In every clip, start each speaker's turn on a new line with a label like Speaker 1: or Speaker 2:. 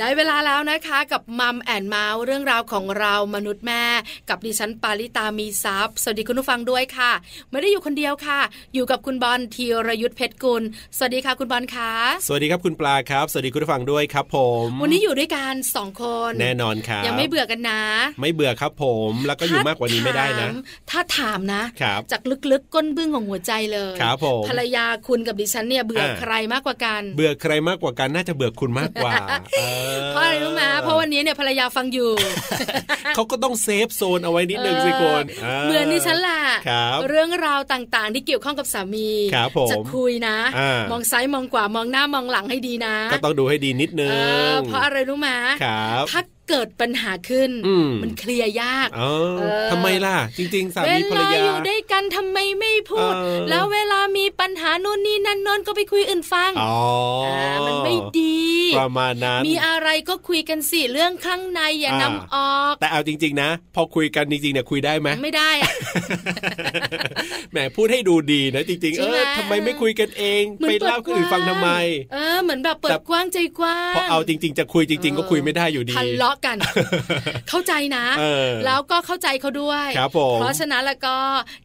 Speaker 1: ได้เวลาแล้วนะคะกับมัมแอนเมาส์เรื่องราวของเรามนุษย์แม่ กับดิฉันปาริตามีซัพย์สวัสดีคุณผู้ฟังด้วยค่ะ ไม่ได้อยู่คนเดียวค่ะ อยู่กับคุณบอลธีรยุทธเพชรกุล สวัสดีค่ะคุณบอลคะ
Speaker 2: สวัสดีครับคุณปลาครับ สวัสดีคุณผู้ฟังด้วยครับผม
Speaker 1: วันนี้อยู่ด้วยกันสองคน
Speaker 2: แน่นอนครับ
Speaker 1: ยังไม่เบื่อกันนะ
Speaker 2: ไม่เบื่อครับผมแล้วก็อยู่มากกว่านี้ไม่ได้นะ
Speaker 1: ถ้าถามถ้าถามนะ
Speaker 2: ครับ
Speaker 1: จากลึกๆก้นบึ้งของหัวใจเลย
Speaker 2: ครับผม
Speaker 1: ภรรยาคุณกับดิฉันเนี่ยเบื่ออา ใครมากกว่ากัน
Speaker 2: เบื่อใครมากกว่ากันน่าจะเบื่อคุณมากกว่าเอ
Speaker 1: เพราะอะไรรู้ไหมเพราะวันนี้เนี่ยภรรยาฟังอยู่
Speaker 2: เขาก็ต้องเซฟโซนเอาไว้นิดนึงสิคุณ
Speaker 1: เหมือนดิฉันแหละ
Speaker 2: ครับ
Speaker 1: เรื่องราวต่างๆ ที่เกี่ยวข้องกับสามี
Speaker 2: ครับผม
Speaker 1: จะคุยนะ
Speaker 2: อ่าม
Speaker 1: มองซ้ายมองขวามองหน้ามองหลังให้ดีนะ
Speaker 2: ก็ต้องดูให้ดีนิด
Speaker 1: เอ
Speaker 2: นึ
Speaker 1: อง เพราะอะไรรู้ไหม
Speaker 2: ครับ
Speaker 1: ถ้าเกิดปัญหาขึ้น
Speaker 2: อืม
Speaker 1: นเคลียร์ยาก
Speaker 2: อ๋อ
Speaker 1: เออ
Speaker 2: ทำไมล่ะ จริง ๆ สา
Speaker 1: เว
Speaker 2: มีภร
Speaker 1: ลาย
Speaker 2: รา
Speaker 1: อยู่ด้วยกันทำไมไม่พูด
Speaker 2: เออ
Speaker 1: แล้วเวลามีปัญหานู่นนี่นั่นนนก็ไปคุยอื่นฟัง
Speaker 2: อ๋ออา
Speaker 1: มันไม่ดี
Speaker 2: ประมาณนั้น
Speaker 1: มีอะไรก็คุยกันสิเรื่องข้างในอย่า
Speaker 2: อ่า
Speaker 1: นำออก
Speaker 2: แต่เอาจริง ๆ นะ พอคุยกันจริงๆเนี่ยคุยได้ไหม
Speaker 1: ไม่ได้อะ
Speaker 2: แหมพูดให้ดูดีนะจริง ๆ
Speaker 1: ใช่
Speaker 2: เอ
Speaker 1: ไหม
Speaker 2: อทำไมไม่คุยกันเอง
Speaker 1: หมื
Speaker 2: ไป
Speaker 1: อนปิด
Speaker 2: เล่าคนอื่นฟังทำไม
Speaker 1: เออเหมือนแบบเปิ
Speaker 2: แต่
Speaker 1: ดกว้างใจกว้าง
Speaker 2: พอเอาจริง ๆ จะคุยจริง ๆ ก็คุยไม่ได้อยู่ดี
Speaker 1: ทะเลาะกัน เข้าใจนะ
Speaker 2: เออ
Speaker 1: แล้วก็เข้าใจเขาด้วย
Speaker 2: ครับผม
Speaker 1: เพราะฉะนั้นแล้วก็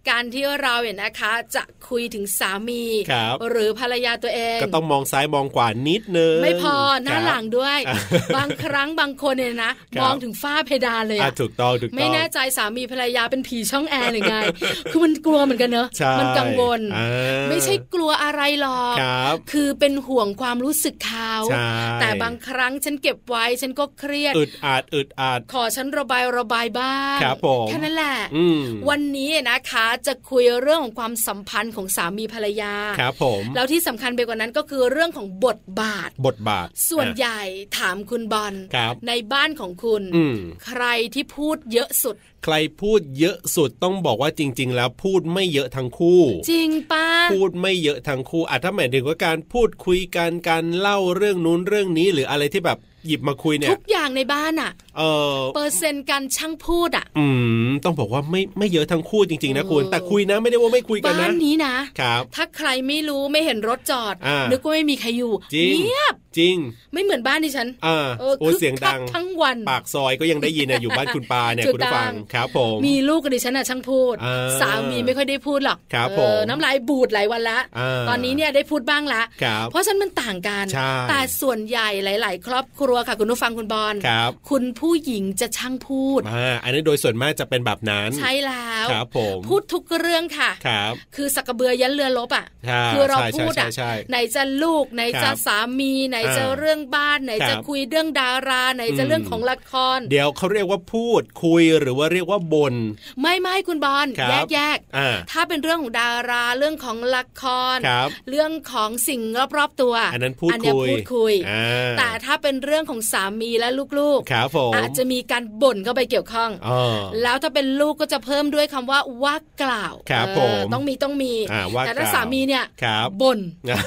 Speaker 1: การที่เราเนี่ยนะคะ จะคุยถึงสามี
Speaker 2: ครับ
Speaker 1: หรือภรรยาตัวเอง
Speaker 2: ก็ต้องมองซ้ายมองขวานิดนึง
Speaker 1: ไม่พอห
Speaker 2: ค
Speaker 1: น้า
Speaker 2: รับ
Speaker 1: หลังด้วย
Speaker 2: อ่ะ
Speaker 1: บางครั้งบางคนเนี่ยนะ
Speaker 2: ครั
Speaker 1: ม
Speaker 2: บ
Speaker 1: องถึงฝ้าเพดานเลย
Speaker 2: อ่ะ
Speaker 1: อะ
Speaker 2: ถูกต้องถูกต้อง
Speaker 1: ไม่แน่ใจสามีภรรยาเป็นผีช่องแอร์หรือไง คือมันกลัวเหมือนกันเนอะ
Speaker 2: ใช่
Speaker 1: มันกังวล
Speaker 2: อ่า
Speaker 1: ไม่ใช่กลัวอะไรหรอก
Speaker 2: ครับ
Speaker 1: คือเป็นห่วงความรู้สึกเขา
Speaker 2: ใช่
Speaker 1: แต่บางครั้งฉันเก็บไว้ฉันก็เครียด
Speaker 2: อึดอัดอึดอัด
Speaker 1: ขอฉันระบายระบายบ้าง
Speaker 2: ครับผม
Speaker 1: แค่นั้นแหละ
Speaker 2: อืม
Speaker 1: วันนี้นะคะจะคุยเรื่องของความสัมพันธ์ของสามีภรรยา
Speaker 2: ครับผม
Speaker 1: แล้วที่สำคัญไปกว่านั้นก็คือเรื่องของบทบาท
Speaker 2: บทบาท
Speaker 1: ส่วน
Speaker 2: อ่ะ
Speaker 1: ใหญ่ถามคุณบอล
Speaker 2: ครับ
Speaker 1: ในบ้านของคุณ
Speaker 2: อืม
Speaker 1: ใครที่พูดเยอะสุด
Speaker 2: ใครพูดเยอะสุดต้องบอกว่าจริง ๆ แล้วพูดไม่เยอะทั้งคู่
Speaker 1: จริงป้า
Speaker 2: พูดไม่เยอะทั้งคู่อาจถ้าหมายถึงว่าการพูดคุยกันการเล่าเรื่องนู้นเรื่องนี้ หรืออะไรที่แบบหยิบมาคุยเนี่
Speaker 1: ทุ
Speaker 2: ย
Speaker 1: กอย่างในบ้านอะ
Speaker 2: เออ
Speaker 1: เปอร์เซ็นต์การช่างพูดอะ
Speaker 2: อืม ต้องบอกว่าไม่ไม่เยอะทั้งคู่จริงๆนะคุณ แต่คุยนะไม่ได้ว่าไม่คุยกัน
Speaker 1: บ้า
Speaker 2: นะ
Speaker 1: นนี้นะ
Speaker 2: ครับ
Speaker 1: ถ้าใครไม่รู้ไม่เห็นรถจอด
Speaker 2: อ่านึ
Speaker 1: นึกว่าไม่มีใครอยู่
Speaker 2: จริง
Speaker 1: เงียบ
Speaker 2: จริง
Speaker 1: ไม่เหมือนบ้านดิฉัน
Speaker 2: อ่า
Speaker 1: เออ
Speaker 2: โอ้ย
Speaker 1: คึก
Speaker 2: เสียงดัง
Speaker 1: คักทั้งวัน
Speaker 2: ปากซอยก็ยังได้ยินนะอยู่บ้านคุณปา เนี่ย
Speaker 1: จุด
Speaker 2: คุณผู้ฟัง
Speaker 1: ดัง
Speaker 2: ครับผม
Speaker 1: มีลูกกับดิฉันน่ะช่างพูด
Speaker 2: อ่า
Speaker 1: สามีไม่ค่อยได้พูดหรอก
Speaker 2: ครับ
Speaker 1: เออ
Speaker 2: ผม
Speaker 1: น้ำลายบูดหลายวันละ
Speaker 2: อ่า
Speaker 1: ตอนนี้เนี่ยได้พูดบ้างละ
Speaker 2: ครับ
Speaker 1: เพราะฉะนันมันต่างกัน
Speaker 2: ใช่
Speaker 1: แต่ส่วนใหญ่หลาย ๆ ครอบครัวค่ะคุณผู้ฟังคุณบอล
Speaker 2: ครับ
Speaker 1: คุณผู้หญิงจะช่างพูด
Speaker 2: อ่าอันนี้โดยส่วนมากจะเป็นแบบนั้น
Speaker 1: ใช่แล้ว
Speaker 2: ครับผม
Speaker 1: พูดทุกเรื่องค่ะ
Speaker 2: ครับ
Speaker 1: คือสักกระเบือยันเรือลบอ่ะ
Speaker 2: า
Speaker 1: คือเรา
Speaker 2: ใช่ใช่
Speaker 1: พูดอ่ะ
Speaker 2: ใช่ใช่
Speaker 1: ไหนจะลูกไหนจะ
Speaker 2: ครับ
Speaker 1: สามี ไหนจะ
Speaker 2: อ่า
Speaker 1: เรื่องบ้านไหนจะ
Speaker 2: ครับ
Speaker 1: คุยเรื่องดารา ไหนจะ
Speaker 2: อืม
Speaker 1: เรื่องของละคร
Speaker 2: เดี๋ยวเขาเรียกว่าพูดคุยหรือว่าเรียกว่าบน
Speaker 1: ไม่ไม่คุณบอล
Speaker 2: ครับ
Speaker 1: แยกแยก
Speaker 2: อ่า
Speaker 1: ถ้าเป็นเรื่องของดาราเรื่องของละคร
Speaker 2: ครับ
Speaker 1: เรื่องของสิ่งรอบๆตัว
Speaker 2: อันนั้นพูด
Speaker 1: อัน
Speaker 2: คุ
Speaker 1: เนี้ย
Speaker 2: ย
Speaker 1: พูดคุย
Speaker 2: อ่า
Speaker 1: แต่ถ้าเป็นเรื่องของสามีและลูก
Speaker 2: ครับผ
Speaker 1: ๆ
Speaker 2: ม
Speaker 1: อาจจะมีการบ่นเข้าไปเกี่ยวข้อง
Speaker 2: อ๋อ
Speaker 1: แล้วถ้าเป็นลูกก็จะเพิ่มด้วยคำว่าว่ากล่าว
Speaker 2: ครับ
Speaker 1: เออ
Speaker 2: ผม
Speaker 1: ต้องมีต้องมี
Speaker 2: อ่าว่า
Speaker 1: แต่ถ้าก
Speaker 2: ล่ว
Speaker 1: สามีเนี่ย
Speaker 2: ครับ
Speaker 1: บ่น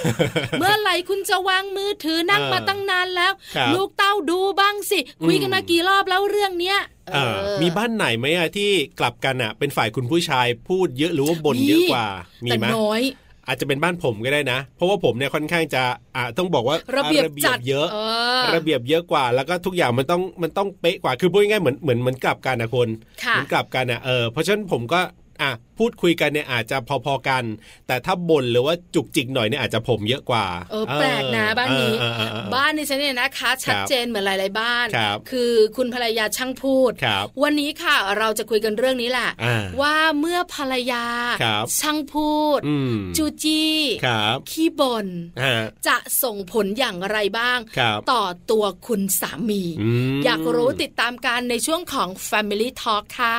Speaker 1: เมื่อไหร่คุณจะวางมือถือนั่ง
Speaker 2: เออ
Speaker 1: มาตั้งนานแล้ว
Speaker 2: ครับ
Speaker 1: ลูกเต้าดูบ้างสิ
Speaker 2: อืม
Speaker 1: คุยกันมากี่รอบแล้วเรื่องเนี้ย
Speaker 2: เออ
Speaker 1: เออ
Speaker 2: มีบ้านไหนไหมอะที่กลับกันอะเป็นฝ่ายคุณผู้ชายพูดเยอะหรือว่าบ่นเยอะกว่ามี
Speaker 1: แต่
Speaker 2: ไหม
Speaker 1: น้อย
Speaker 2: อาจจะเป็นบ้านผมก็ได้นะ เพราะว่าผมเนี่ยค่อนข้างจะอ่าต้องบอกว่า
Speaker 1: ระเบียบจัด
Speaker 2: เยอะ
Speaker 1: ออ
Speaker 2: ระเบียบเยอะกว่า แล้วก็ทุกอย่างมันต้องมันต้องเป๊ะกว่าคือพูดง่ายๆเหมือนเหมือนเหมือนกลับกันนะคน
Speaker 1: ค่ะ
Speaker 2: เหมือนกลับกันอ่ะเออเพราะฉะนั้นผมก็อ่ะพูดคุยกันเนี่ยอาจจะพอๆกัน แต่ถ้าบ่นหรือว่าจุกจิกหน่อยเนี่ยอาจจะผมเยอะกว่า
Speaker 1: เออแปลกนะบ้านนี้
Speaker 2: เออเออเออเออ
Speaker 1: บ้านดิฉันเนี่ยนะคะ ชัดเจนเหมือนหลาย ๆ บ้าน
Speaker 2: ครับ
Speaker 1: อคุณภรรยาช่างพูด
Speaker 2: ครับ
Speaker 1: วันนี้ค่ะเราจะคุยกันเรื่องนี้แหละ
Speaker 2: อ่า
Speaker 1: ว่าเมื่อภรรยา
Speaker 2: ครับ
Speaker 1: ช่างพูด
Speaker 2: อืม
Speaker 1: จูจี้
Speaker 2: ครับ
Speaker 1: ขี้บ่น
Speaker 2: ฮะ
Speaker 1: จะส่งผลอย่างไรบ้าง
Speaker 2: ครับ
Speaker 1: ต่อตัวคุณสามี
Speaker 2: ม
Speaker 1: อยากรู้ติดตามการในช่วงของ Family Talk ค่ะ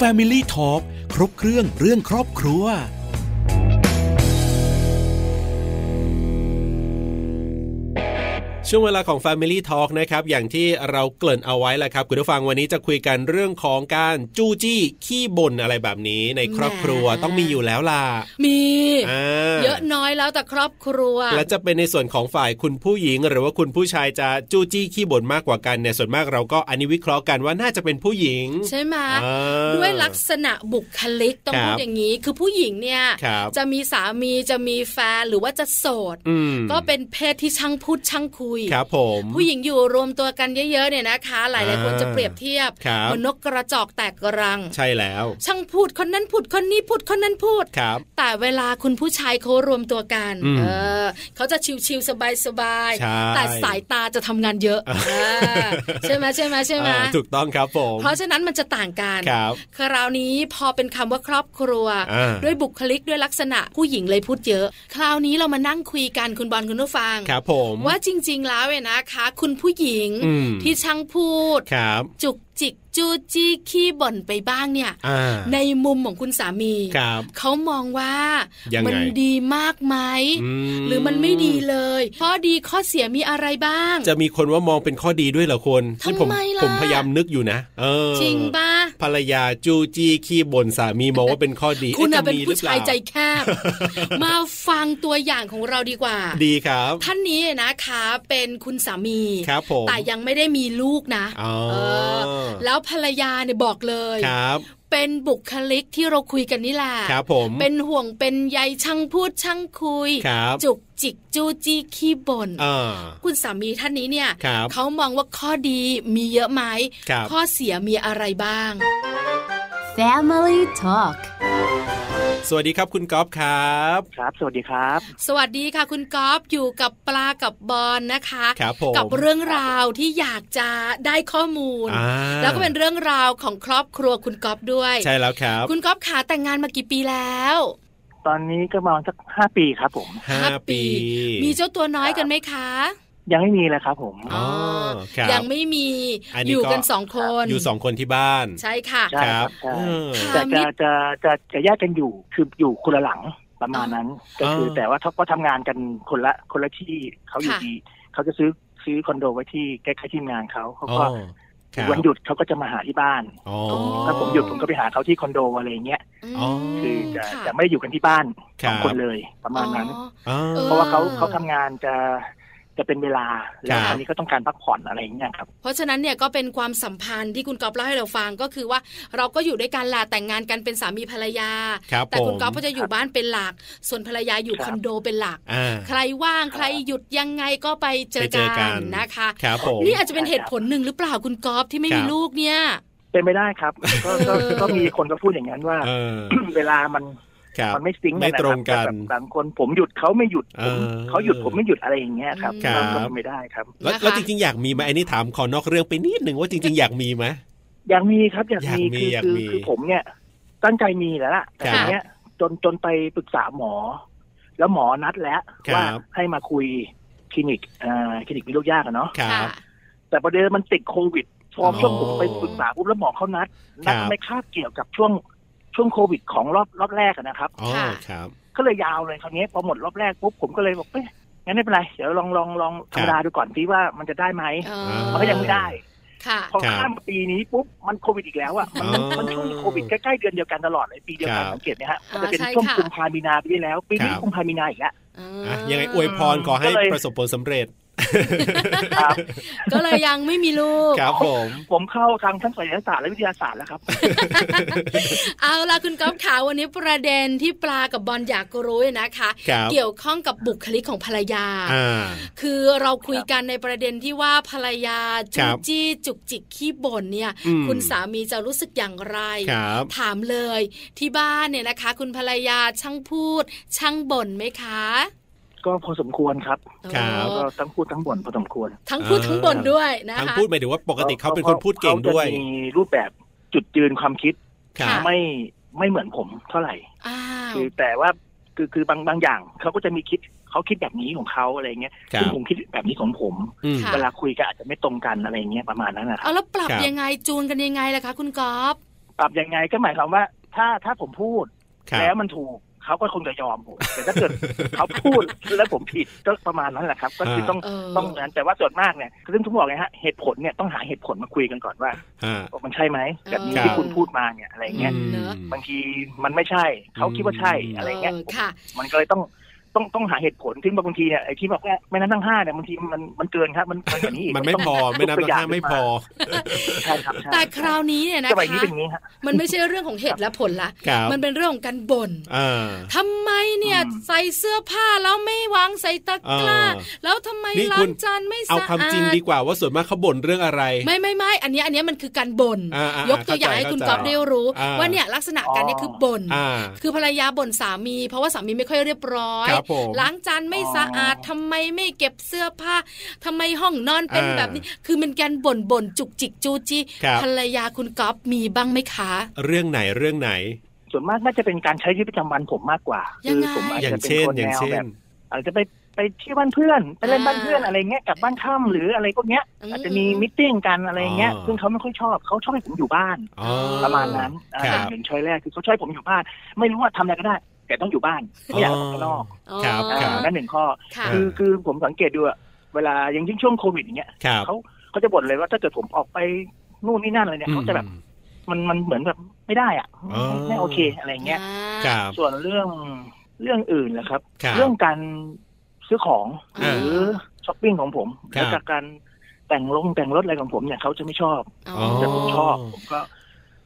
Speaker 3: Family Talk ครบเครื่องเรื่องครอบครัว
Speaker 2: ช ช่วงเวลาของ Family Talk นะครับ อย่างที่เราเกริ่นเอาไว้แหละครับ คุณผู้ฟังวันนี้จะคุยกันเรื่องของการจู้จี้ขี้บ่นอะไรแบบนี้ในครอบครัว
Speaker 1: แหม
Speaker 2: ต้องมีอยู่แล้วล่ะ
Speaker 1: มี
Speaker 2: อ่า
Speaker 1: เยอะน้อยแล้วแต่ครอบครัว
Speaker 2: และจะเป็นในส่วนของฝ่ายคุณผู้หญิง หรือว่าคุณผู้ชายจะจู้จี้ขี้บ่นมากกว่ากันเนี่ยส่วนมากเราก็อันนี้วิเคราะห์กันว่าน่าจะเป็นผู้หญิง
Speaker 1: ใช่ไหม
Speaker 2: อ่า
Speaker 1: ด้วยลักษณะบุคลิกต้อง
Speaker 2: ครับ
Speaker 1: พูดอย่างนี้ คือผู้หญิงเนี่ย
Speaker 2: ครับ
Speaker 1: จะมีสามีจะมีแฟนหรือว่าจะโสด
Speaker 2: อืม
Speaker 1: ก็เป็นเพศที่ช่างพูดช่างคุย
Speaker 2: ครับผม
Speaker 1: ผู้หญิงอยู่รวมตัวกันเยอะๆเนี่ยนะคะ หลาย
Speaker 2: อ่า
Speaker 1: ๆคนจะเปรียบเทียบ
Speaker 2: ครับ
Speaker 1: เหมือนนกกระจอกแตกรัง
Speaker 2: ใช่แล้ว
Speaker 1: ช่างพูดคนนั้นพูดคนนี้พูดคนนั้นพูด
Speaker 2: ครับ
Speaker 1: แต่เวลาคุณผู้ชายเขารวมตัวกัน
Speaker 2: อืม
Speaker 1: เออเขาจะชิวๆสบาย
Speaker 2: ใช่
Speaker 1: ๆ แต่สายตาจะทำงานเยอะเออใช่ไหมใช่ไหมใช่ไหม
Speaker 2: อ่าถูกต้องครับผม
Speaker 1: เพราะฉะนั้นมันจะต่างกัน
Speaker 2: ครับ
Speaker 1: คราวนี้พอเป็นคำว่าครอบครัว
Speaker 2: อ่า
Speaker 1: ด้วยบุคลิกด้วยลักษณะผู้หญิงเลยพูดเยอะ คราวนี้เรามานั่งคุยกันคุณบอลคุณผู้ฟัง
Speaker 2: ครับผม
Speaker 1: ว่าจริง ๆ แล้วเนี่ยนะคะ คุณผู้หญิง
Speaker 2: อืม
Speaker 1: ที่ช่างพูด
Speaker 2: ครับ
Speaker 1: จุกจิกจู้จี้ขี้บ่นไปบ้างเนี่ย
Speaker 2: อ่า
Speaker 1: ในมุมของคุณสามี
Speaker 2: ครับ
Speaker 1: เขามองว่า
Speaker 2: ยังไง
Speaker 1: มัดีมากไหม
Speaker 2: ม
Speaker 1: หรือมันไม่ดีเลยข้อดีข้อเสียมีอะไรบ้าง
Speaker 2: จะมีคนว่ามองเป็นข้อดีด้วยเหรอคนนี่ผม
Speaker 1: ทำไมล่ะ
Speaker 2: ผมพยายามนึกอยู่นะ เออ
Speaker 1: จริงป่ะ
Speaker 2: ภรรยาจูจี้ขี้บ่นสามีมองว่าเป็นข้อดี
Speaker 1: คุณน่ะ
Speaker 2: อ๊ะ
Speaker 1: เป็น
Speaker 2: มีหรื
Speaker 1: ผู้
Speaker 2: อป
Speaker 1: ชา
Speaker 2: ล่
Speaker 1: ยใจแคบ มาฟังตัวอย่างของเราดีกว่า
Speaker 2: ดี ครับ
Speaker 1: ท่านนี้นะคะเป็นคุณสามี
Speaker 2: ครับผม
Speaker 1: แต่ยังไม่ได้มีลูกนะ
Speaker 2: อ๋อ
Speaker 1: เออแล้วภรรยาเนี่ยบอกเลย
Speaker 2: ครับ
Speaker 1: เป็นบุคลิกที่เราคุยกันนี่แหละ
Speaker 2: ครับผม
Speaker 1: เป็นห่วงเป็นใยช่างพูดช่างคุย
Speaker 2: ครับ
Speaker 1: จุกจิกจู้จี้ขี้บ่น
Speaker 2: เออ
Speaker 1: คุณสามีท่านนี้เนี่ย
Speaker 2: ครับ
Speaker 1: เขามองว่าข้อดีมีเยอะไหม
Speaker 2: ครับ
Speaker 1: ข้อเสียมีอะไรบ้าง
Speaker 4: Family Talk
Speaker 2: สวัสดีครับคุณก๊อฟครับ
Speaker 5: ครับ สวัสดีครับ
Speaker 1: สวัสดีค่ะคุณก๊อฟอยู่กับปลากับบอลนะคะ
Speaker 2: ครับผม
Speaker 1: กับเรื่องราวที่อยากจะได้ข้อมูล
Speaker 2: อ่า
Speaker 1: แล้วก็เป็นเรื่องราวของครอบครัวคุณก๊อฟด้วย
Speaker 2: ใช่แล้วครับ
Speaker 1: คุณก๊อฟขาแต่งงานมากี่ปีแล้ว
Speaker 5: ตอนนี้ก็ประมาณสักห้าปีครับผม
Speaker 2: ห้าปี
Speaker 1: มีเจ้าตัวน้อยกันไหมคะ
Speaker 5: ยังไม่มีเลยครับผม
Speaker 2: อ๋อครับ
Speaker 1: ยังไม่มี
Speaker 2: อันนี้ก็
Speaker 1: อยู่กันสองคน
Speaker 2: อยู่สองคนที่บ้าน
Speaker 1: ใช่ค่ะ
Speaker 5: ใช่
Speaker 2: ครับ
Speaker 5: ใช่
Speaker 2: เออ
Speaker 1: ค่ะ
Speaker 5: แต่
Speaker 1: นิ
Speaker 5: จะ
Speaker 1: ด
Speaker 5: จะจะจะแยกกันอยู่คืออยู่คนละหลังประมาณนั้น ก็คือแต่ว่าเขาก็ทำงานกันคนละคนละที่เขาอยู่
Speaker 1: ค่ะ
Speaker 5: ดีเขาจะซื้อซื้อคอนโดไว้ที่ใกล้ๆที่ทำงานเขาเขาก็
Speaker 2: อ๋อครับ
Speaker 5: วันหยุดเขาก็จะมาหาที่บ้าน
Speaker 2: อ๋อ
Speaker 5: ถ้าผมหยุดผมก็ไปหาเขาที่คอนโดอะไรอย่างเงี้ย
Speaker 1: ม
Speaker 2: อ๋อ
Speaker 5: คือจะ
Speaker 1: ค่ะ
Speaker 5: จะไม่ได้อยู่กันที่บ้านสอ
Speaker 2: ค
Speaker 5: ง
Speaker 2: รับ
Speaker 5: คนเลยประมาณนั้น
Speaker 1: อ๋อ
Speaker 2: อ๋อ
Speaker 1: เ
Speaker 5: เพราะว่าเขา
Speaker 1: เออ
Speaker 5: เขาทำงานจะจะเป็นเวลาแล้ว
Speaker 2: ครับ
Speaker 5: อันนี้ก็ต้องการพักผ่อนอะไรอย่างเงี้ยครับ
Speaker 1: เพราะฉะนั้นเนี่ยก็เป็นความสัมพันธ์ที่คุณก๊อฟเล่าให้เราฟังก็คือว่าเราก็อยู่ด้วยกันแหละแต่งงานกันเป็นสามีภรรยา
Speaker 2: ครับ
Speaker 1: แต่คุณก๊อฟ
Speaker 2: ผม
Speaker 1: ก็จะอยู่บ้านเป็นหลัก ส่วนภรรยาอยู่
Speaker 5: ครับ
Speaker 1: คอนโดเป็นหลัก
Speaker 2: อ่า
Speaker 1: ใครว่างใครหยุดยังไงก็ไปเจอ
Speaker 2: ไปเจอกั
Speaker 1: กัน
Speaker 2: น
Speaker 1: นะคะ
Speaker 2: ครับผม
Speaker 1: นี่อาจจะเป็นเหตุผลหนึ่งหรือเปล่าคุณก๊อฟที่ไม่
Speaker 2: ครั
Speaker 1: มี
Speaker 2: บ
Speaker 1: ลูกเนี่ย
Speaker 5: เป็นไม่ได้ครับ ก็ก็
Speaker 1: เออ
Speaker 5: ก็มีคนก็พูดอย่างนั้นว่า
Speaker 2: เออ
Speaker 5: เวลามัน
Speaker 2: ครับ
Speaker 5: มันไม่ซิงค์
Speaker 2: ไม่
Speaker 5: กัะคบ
Speaker 2: ตรงกัน
Speaker 5: แบบบางคนผมหยุดเขาไม่หยุด
Speaker 2: เอ
Speaker 5: ผม
Speaker 2: อ
Speaker 5: เขาหยุดผมไม่หยุดอะไรอย่างเงี้ยครับ
Speaker 1: ครับ
Speaker 5: ก็ทำไม่ได้ครับ
Speaker 2: แล้ว
Speaker 1: นะคะ
Speaker 2: แล้วจริงๆอยากมีไหมอันนี้ถามขอนอกเรื่องไปนิดหนึ่งว่าจริงๆอยากมีไหม
Speaker 5: อยากมีครับอยากมี
Speaker 2: อยากมี
Speaker 5: คือ
Speaker 2: อยาก
Speaker 5: คื
Speaker 2: มี
Speaker 5: คือผมเนี่ย ตั้งใจมีแล้วล่ะแต่
Speaker 2: ครับ
Speaker 5: ทีเนี้ยจนจนไปปรึกษาหมอ แล้วหมอนัดแล้ว
Speaker 2: ครับ
Speaker 5: ว่าให้มาคุยคลินิกอ่าคลินิกมีลูกยากอะเนาะ
Speaker 2: ครับ
Speaker 1: ะ
Speaker 5: แต่ประเด็นมันติดโควิดพอ
Speaker 2: อ๋อ
Speaker 5: ช่วงผมไปปรึกษาปุ๊บแล้วหมอเขานัด
Speaker 2: ครั
Speaker 5: นั
Speaker 2: บ
Speaker 5: ดไม่คาบเกี่ยวกับช่วงช่วงโควิดของรอบรอบแรกอะนะครับ
Speaker 2: อ๋อ
Speaker 1: ค่ะ
Speaker 2: ครับ
Speaker 5: ก็เลยยาวเลยคราวนี้พอหมดรอบแรกปุ๊บผมก็เลยบอกเอ๊ะงั้นไม่เป็นไร เดี๋ยวลองลองลอง
Speaker 2: ค
Speaker 5: ธ
Speaker 2: รับ
Speaker 5: รรมดาดูก่อนพี่ว่ามันจะได้ไหม
Speaker 1: เอ
Speaker 5: มันก็ยังไม่ได้
Speaker 1: ค่ะ
Speaker 5: พอ
Speaker 2: ครับ
Speaker 5: ข้ามมาปีนี้ปุ๊บมันโควิดอีกแล้วอ่ะมัน
Speaker 2: อ๋อ
Speaker 5: มันช่วงโควิดใกล้ๆเดือนเดียวกันตลอดเลยปีเดียวกัน
Speaker 2: ครับ
Speaker 5: สังเกตไหมฮะ
Speaker 1: อ่ามั
Speaker 5: มันจะเป็น
Speaker 1: ใช่
Speaker 5: ช่วง
Speaker 1: ค่ะ
Speaker 5: กุมภามีนาปีที่แล้ว ปีนี้
Speaker 2: ครับ
Speaker 5: กุมภามีนาอีกแล้ว
Speaker 1: เออ
Speaker 2: อ่ะยังไงอวยพรขอให้
Speaker 5: ก็เลย
Speaker 2: ประสบผลสำเร็จ
Speaker 5: ครับ
Speaker 1: ก็เลยยังไม่มีลูก
Speaker 2: ครับผม
Speaker 5: ผมเข้าทางทั้งศิลปศาสตร์และวิทยาศาสตร์แล้วครับ
Speaker 1: เอาล่ะคุณก๊อฟขาวันนี้ประเด็นที่ปลากับบอลอยากรู้เนี่ยนะคะ
Speaker 2: ครับ
Speaker 1: เกี่ยวข้องกับบุคลิกของภรรยา
Speaker 2: อ่า
Speaker 1: คือเราคุยกันในประเด็นที่ว่าภรรยา
Speaker 2: ค
Speaker 1: จู
Speaker 2: รับ
Speaker 1: จี้จุกจิกขี้บ่นเนี่ย
Speaker 2: อืม
Speaker 1: คุณสามีจะรู้สึกอย่างไร
Speaker 2: ครับ
Speaker 1: ถามเลยที่บ้านเนี่ยนะคะ คุณภรรยาช่างพูด ช่างบ่นไหมคะ
Speaker 5: ก็พอสมควรครับ
Speaker 2: ครับ
Speaker 1: เอ
Speaker 5: ก็
Speaker 1: อ
Speaker 5: ทั้งพูดทั้งบ่นพอสมควร
Speaker 1: ทั้งพูดทั้งบ่นด้วยนะ
Speaker 2: ทาง
Speaker 1: คะ
Speaker 2: พูดหมายถึงว่าปกติเขาเป็นคนพูดเก่งด้วย
Speaker 5: ขาจะมีรูปแบบจุดยืนความคิด
Speaker 2: ค
Speaker 1: ค่ะ
Speaker 2: รับ
Speaker 5: ไม่ไม่เหมือนผมเท่าไหร่
Speaker 1: อ้าว
Speaker 5: คือแต่ว่าคือคือบางบางอย่างเขาก็จะมีคิดเขาคิดแบบนี้ของเขาอะไรเงี้ย
Speaker 2: ครั
Speaker 5: ซึ่ง
Speaker 2: บ
Speaker 5: ผมคิดแบบนี้ของผม
Speaker 2: อืม
Speaker 1: ะ
Speaker 5: เวลาคุยกันอาจจะไม่ตรงกันอะไรเงี้ยประมาณนั้นนะค
Speaker 1: เอา
Speaker 5: รับ
Speaker 1: แล้วปรับ
Speaker 2: ครับ
Speaker 1: ยังไงจูนกันยังไงล่ะคะ คุณก๊อฟ
Speaker 5: ปรับยังไงก็หมายความว่า ถ้าถ้าผมพูด
Speaker 2: ครั
Speaker 5: แล้ว
Speaker 2: บ
Speaker 5: มันถูก เขาก็คงจะยอมผมแต่ถ้าเกิด เขาพูดแล้วผมผิดก็ประมาณนั้นแหละครับ ก็คือต้อง
Speaker 1: เออ
Speaker 5: ต้องนั้นแต่ว่าส่วนมากเนี่ยซึ่งทุกบอกไงฮะเหตุผลเนี่ยต้องหาเหตุผลมาคุยกันก่อนว่า
Speaker 2: ฮะ
Speaker 5: เออมันใช่ไหมแบบนี้
Speaker 2: ครับ
Speaker 5: ที่คุณพูดมาเนี่ยอะไรเงี้ย
Speaker 1: อืม เนอะ
Speaker 5: บางทีมันไม่ใช่เขาคิดว่าใช่อะไรเงี้ย
Speaker 1: เออค่ะ
Speaker 5: มันก็เลยต้องต้องต้องหาเหตุผลซึ่งบางทีเนี่ยไอ้ที่บอกว่าไม่นั้นทั้งห้าเนี่ยบางทีมันมันเกินครับ มันมันกว่านี้อีก
Speaker 2: มันไม่
Speaker 5: ต้ง
Speaker 2: พอไม่นับ
Speaker 5: ยกตัวอย่
Speaker 2: ราคาง ไม่พอ
Speaker 5: ใช่ครับใช่
Speaker 1: แต่คราวนี้เนี่ยนะ
Speaker 5: สมัยนี้
Speaker 1: คะ
Speaker 5: เป็นอย่างนี้ฮะ
Speaker 1: มันไม่ใช่เรื่องของเหตุและผลละ
Speaker 2: ครับ
Speaker 1: มันเป็นเรื่องของการบ่น
Speaker 2: อ่า
Speaker 1: ทำไมเนี่ย
Speaker 5: อืม
Speaker 1: ใส่เสื้อผ้าแล้วไม่วางใส่ตะกร้า
Speaker 2: เออ
Speaker 1: แล้วทำไม
Speaker 2: นี่
Speaker 1: ล้า
Speaker 2: คุ
Speaker 1: ง
Speaker 2: ณ
Speaker 1: จานไม่
Speaker 2: เอา
Speaker 1: สะ
Speaker 2: ความ
Speaker 1: อา
Speaker 2: จริง
Speaker 1: ด
Speaker 2: ดีกว่าว่าส่วนมากเขาบ่นเรื่องอะไร
Speaker 1: ไม่ไม่ไม่อันเนี้ยอันเนี้ยมันคือการบ่น
Speaker 2: อ่าอ่าย
Speaker 1: กตัวอย่างให้
Speaker 2: เข้าใจ
Speaker 1: คุณก๊อฟได้รู้
Speaker 2: อ่า
Speaker 1: ว่าเนี่ยลักษณะการเนี่ยคือบ่น
Speaker 2: อ่า
Speaker 1: คือภรรยาบ่นสามี เพราะว่าสามีไม่ค่อยเรียบร้อย
Speaker 2: ครับผม
Speaker 1: ล้างจานไม่สะอาดทำไมไม่เก็บเสื้อผ้าทำไมห้องนอนเป็น
Speaker 2: อ่า
Speaker 1: แบบนี้ คือเป็นการบ่นบ่นจุกจิกจูจี้
Speaker 2: ครับ
Speaker 1: ภรรยาคุณก๊อฟมีบ้างไหมคะ
Speaker 2: เรื่องไหนเรื่องไหน
Speaker 5: ส่วนมากน่าจะเป็นการใช้ชีวิตประจำวันผมมากกว่า
Speaker 1: ยัง
Speaker 5: คื
Speaker 1: ไง
Speaker 5: ผมอาจ
Speaker 2: อย่าง
Speaker 5: จะเป็น
Speaker 2: เช่น
Speaker 5: คน
Speaker 2: อย่า
Speaker 5: แน
Speaker 2: ง
Speaker 5: ว
Speaker 2: เช่
Speaker 5: แบ
Speaker 2: น
Speaker 5: บอาจจะไปไปเที่ยวบ้านเพื่อนไปเล่น
Speaker 1: อ่า
Speaker 5: บ้านเพื่อนอะไรเงี้ยกลับบ้านค่ำหรืออะไรพวกเนี้ย
Speaker 1: อืม
Speaker 5: อาจจะมีมิทติ้งกันอะไรเงี้ย
Speaker 2: อ๋อ
Speaker 5: ซึ่งเขาไม่ค่อยชอบเขาชอบให้ผมอยู่บ้าน
Speaker 2: อ๋อ
Speaker 5: ประมาณนั้นอ่า
Speaker 2: ครับ
Speaker 5: เป็นช้อยแรกคือเขาช่วยผมอยู่บ้าน ไม่รู้ว่าทำอะไรก็ได้ แต่ต้องอยู่บ้านไม่อยากออกไปข้างนอก
Speaker 1: อ๋อ
Speaker 2: ครับ
Speaker 5: อ่านั่นหนึ่งข้อ
Speaker 1: ค่ะ
Speaker 2: เ
Speaker 5: คือคือผมสังเกตดูอะเวลายังยิ่งช่วงโควิดอย่างเงี้ย
Speaker 2: ครับ
Speaker 5: เขาเขาจะบ่นเลยว่าถ้าเกิดผมออกไปนู่นนี่นั่นอะไรเนี่ยเขาจะแบบมันมันเหมือนแบบไม่ได้อ่ะ
Speaker 2: อ๋อ
Speaker 5: ไม่โอเคอะไรเงี้ย
Speaker 2: ครับ
Speaker 5: ส่วนเรื่องเรื่องอื่นนะครับ
Speaker 2: ครับ
Speaker 5: เรื่องการซื้อของห
Speaker 2: อ่า
Speaker 5: รือช้อปปิ้งของผม
Speaker 2: ครับ
Speaker 5: แล้วกับการแต่งลงแต่งรถอะไรของผมเนี่ยเขาจะไม่ชอบ
Speaker 1: อ๋อ
Speaker 2: อ๋อ
Speaker 5: แต่ผมชอบผมก็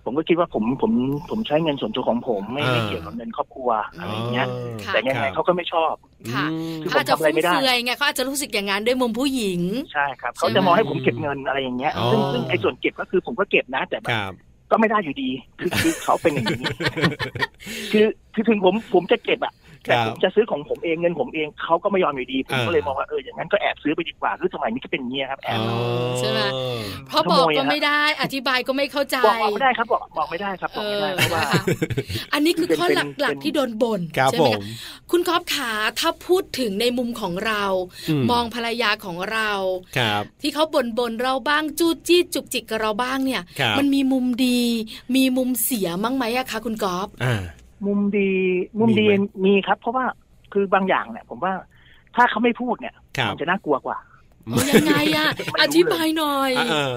Speaker 5: ผมก็คิดว่าผมผมผมใช้เงินส่วนตัวของผมไม่ไม่
Speaker 2: อ่า
Speaker 5: เกี่ยวกับเงินครอบครัวอะไรอย่างเงี้ย
Speaker 1: ค่ะ
Speaker 5: แต่ยังไงเขาก็ไม่ชอบ
Speaker 1: ค่ะ
Speaker 5: คือผ
Speaker 1: เขา
Speaker 5: ม
Speaker 1: อาจจะ
Speaker 5: ทำอะไร
Speaker 1: ฟุ่ม
Speaker 5: ไม่ได้
Speaker 1: เฟือยไงเขาอาจจะรู้สึกอย่างนั้นด้วยมุมผู้หญิง
Speaker 5: ใช่ครับ
Speaker 1: ใช่ไหม
Speaker 5: เขาจะมองให้ผมเก็บเงินอะไรอย่างเงี้ย
Speaker 2: อ๋อ
Speaker 5: ซึ่งซึ่งไอ้ส่วนเก็บก็คือผมก็เก็บนะ แต่แบบ
Speaker 2: ครับ
Speaker 5: ก็ไม่ได้อยู่ดี คือคือเขาเป็นอย่างนี้ คือคือถึงผมผมจะเก็บอะ
Speaker 2: ครั
Speaker 5: แต่
Speaker 2: บ
Speaker 5: ผมจะซื้อของผมเองเงินผมเองเขาก็ไม่ยอมอยู่ดีผมก็
Speaker 2: อ่า
Speaker 5: เลยมองว่าเอออย่างนั้นก็แอบซื้อไปดีกว่าคือสมัยนี้ก็เป็นอย่างเงี้ยครับแอบ
Speaker 2: อ๋อ
Speaker 1: ใช่ไหม เพราะบอกก็ไม่ได้ อธิบายก็ไม่เข้าใจ
Speaker 5: บอกบอกไม่ได้ครับบอกบอกไม่ได้ครับบอกไม่ได้เพราะว่า
Speaker 1: เออนะคะอันนี้คือข้อ
Speaker 5: เป็น
Speaker 1: หลัก
Speaker 5: เป็น
Speaker 1: ๆที่โดนบ่น
Speaker 2: ครับ
Speaker 1: ใช่
Speaker 2: ผ
Speaker 1: ไหม
Speaker 2: ม
Speaker 1: คะคุณครอบขาถ้าพูดถึงในมุมของเรา
Speaker 2: อืม
Speaker 1: มองภรรยาของเรา
Speaker 2: ครับ
Speaker 1: ที่เขาบ่นๆเราบ้างจู้จี้จุกจิกกับเราบ้างเนี่ย
Speaker 2: ครับ
Speaker 1: มันมีมุมดี มีมุมเสียมั้งไหมอะคะคุณกอฟ
Speaker 2: อ่า
Speaker 5: มุมดีมุม
Speaker 2: มี
Speaker 5: ดี
Speaker 2: ไหม
Speaker 5: มีครับ เพราะว่าคือบางอย่างเนี่ยผมว่าถ้าเขาไม่พูดเนี่ย
Speaker 2: ครับ
Speaker 5: มันจะน่ากลัวกว่า
Speaker 2: อืม
Speaker 1: เอายังไงอะ
Speaker 5: ไม่รู้เลย
Speaker 1: อธิบายหน่อย
Speaker 2: อ่า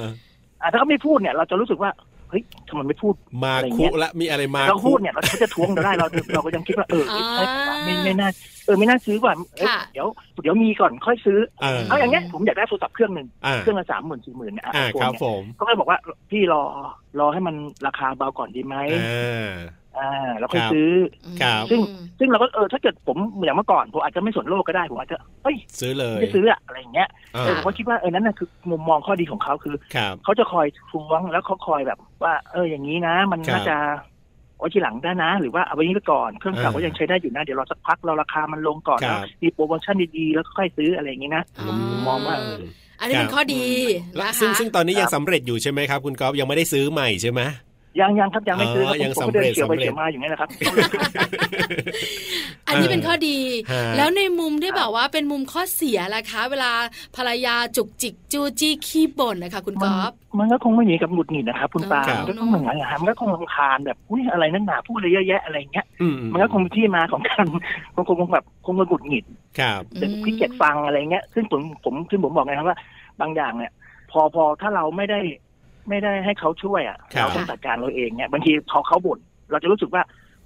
Speaker 5: อ่ะถ้าเขาไม่พูดเนี่ย เราจะรู้สึกว่าเฮ้ยทำไมไม่พูด
Speaker 2: ๆมา
Speaker 5: อะไรเงี้
Speaker 2: คุ
Speaker 5: ย
Speaker 2: ละมีอะไรมา
Speaker 5: เราพู
Speaker 2: คุ
Speaker 5: ดเนี่ยเราก็จะทวงเราได้เราเราก็ยังคิดว่าเออ
Speaker 1: อ่า
Speaker 5: ใช่ป่ะไม่ไม่น่าเออไม่น่าซื้อว่ะเอ้ย
Speaker 1: ค่ะ
Speaker 5: เดี๋ยวเดี๋ยวมีก่อนค่อยซื้อ
Speaker 2: เออ
Speaker 5: เอาอย่างเงี้ยผมอยากได้โทรศัพท์เครื่องหนึ่ง
Speaker 2: อ่า
Speaker 5: เครื่องละสามหมื่นสี่หมื่นเนี่ยอ่ะ
Speaker 2: อ่า
Speaker 5: ไอ้ตัว
Speaker 2: ครับ
Speaker 5: เนี่ย
Speaker 2: ผม
Speaker 5: ก็เลยบอกว่าพี่รอรอให้มันราคาเบาก่อนดีไหม
Speaker 2: อ่า
Speaker 5: อ่าเราค่อ
Speaker 2: ค
Speaker 5: ย
Speaker 2: รับ
Speaker 5: ซื้อ
Speaker 2: ครับ
Speaker 5: ซึ่ง ซึ่งเราก็เออถ้าเกิดผมอย่างเมื่อก่อนผมอาจจะไม่สนโลกก็ได้ผมอาจจะเอ้ย
Speaker 2: ซื้อเลย
Speaker 5: ไม่ซื้ออะอะไรอย่างเงี้ย
Speaker 2: อ่า
Speaker 5: เออผมก็คิดว่าเออนั่นน่ะคือมุมมองข้อดีของเขาคือ
Speaker 2: ครับ
Speaker 5: เขาจะคอยทวงแล้วเขาคอยแบบว่า เอออย่างนี้นะ มัน
Speaker 2: ครับ
Speaker 5: น่าจะไว้ทีหลังได้นะ หรือว่าเอาไว้นี้ไปก่อนเครื่องเก่า
Speaker 2: อ่า
Speaker 5: ก็ยังใช้ได้อยู่นะเดี๋ยวรอสักพักเราราคามันลงก่อน
Speaker 2: ครับ
Speaker 5: แล้วมีโปรโมชั่นดีๆแล้วค่อยซื้ออะไรอย่างนี้นะ
Speaker 1: อ๋อ
Speaker 5: มองว่า
Speaker 1: อันนี้เป็นข้อดี
Speaker 2: และ
Speaker 1: นะคะ
Speaker 2: ซึ่งซึ่งตอนนี้ยังสำเร็จอยู่ใช่ไหมครับ คุณก๊อฟยังไม่ได้ซื้อใหม่ใช่ไหม
Speaker 5: ยังยังครับยังไม่ซื้อครับ
Speaker 2: เออยัง
Speaker 5: ผมก็เดิ
Speaker 2: สำ
Speaker 5: น
Speaker 2: เร็จ
Speaker 5: เฉียวไป
Speaker 2: สำเร็จ
Speaker 5: เฉียวมาอย่างนี้นะครับ
Speaker 1: อันนี้เป็นข้อดี
Speaker 2: ฮะ
Speaker 1: แล้วในมุมที่แบบว่าเป็นมุมข้อเสียล่ะคะ เวลาภรรยาจุกจิกจู้จี้ขี้บ่นนะคะคุณก๊
Speaker 5: มัน
Speaker 1: อฟ
Speaker 5: มันก็คงไม่หนีกับหงุดหงิดนะครับคุณปา
Speaker 2: ครับ
Speaker 5: มันก็ต้องเหมือนกันนะครับมันก็คงรำคาญแบบอุ้ยอะไรนั่นหนาพูดอะไรเยอะแยะอะไรอย่างเงี้ย
Speaker 2: อื
Speaker 5: มันก็คงเป็นที่มาของการ มันคงแบบคงมาหงุดหงิด
Speaker 2: ครับ
Speaker 5: เด็กขี้เกียจฟังอะไรเงี้ย ซึ่งผมผมซึ่งผมบอกไงครับว่า บางอย่างเนี่ย พอพอถ้าเราไม่ได้ไม่ได้ให้เขาช่วยอ่ะ
Speaker 2: ครับ
Speaker 5: เราต้องจัดการเราเองเนี่ยบางทีพอเขาบ่นเราจะรู้สึกว่า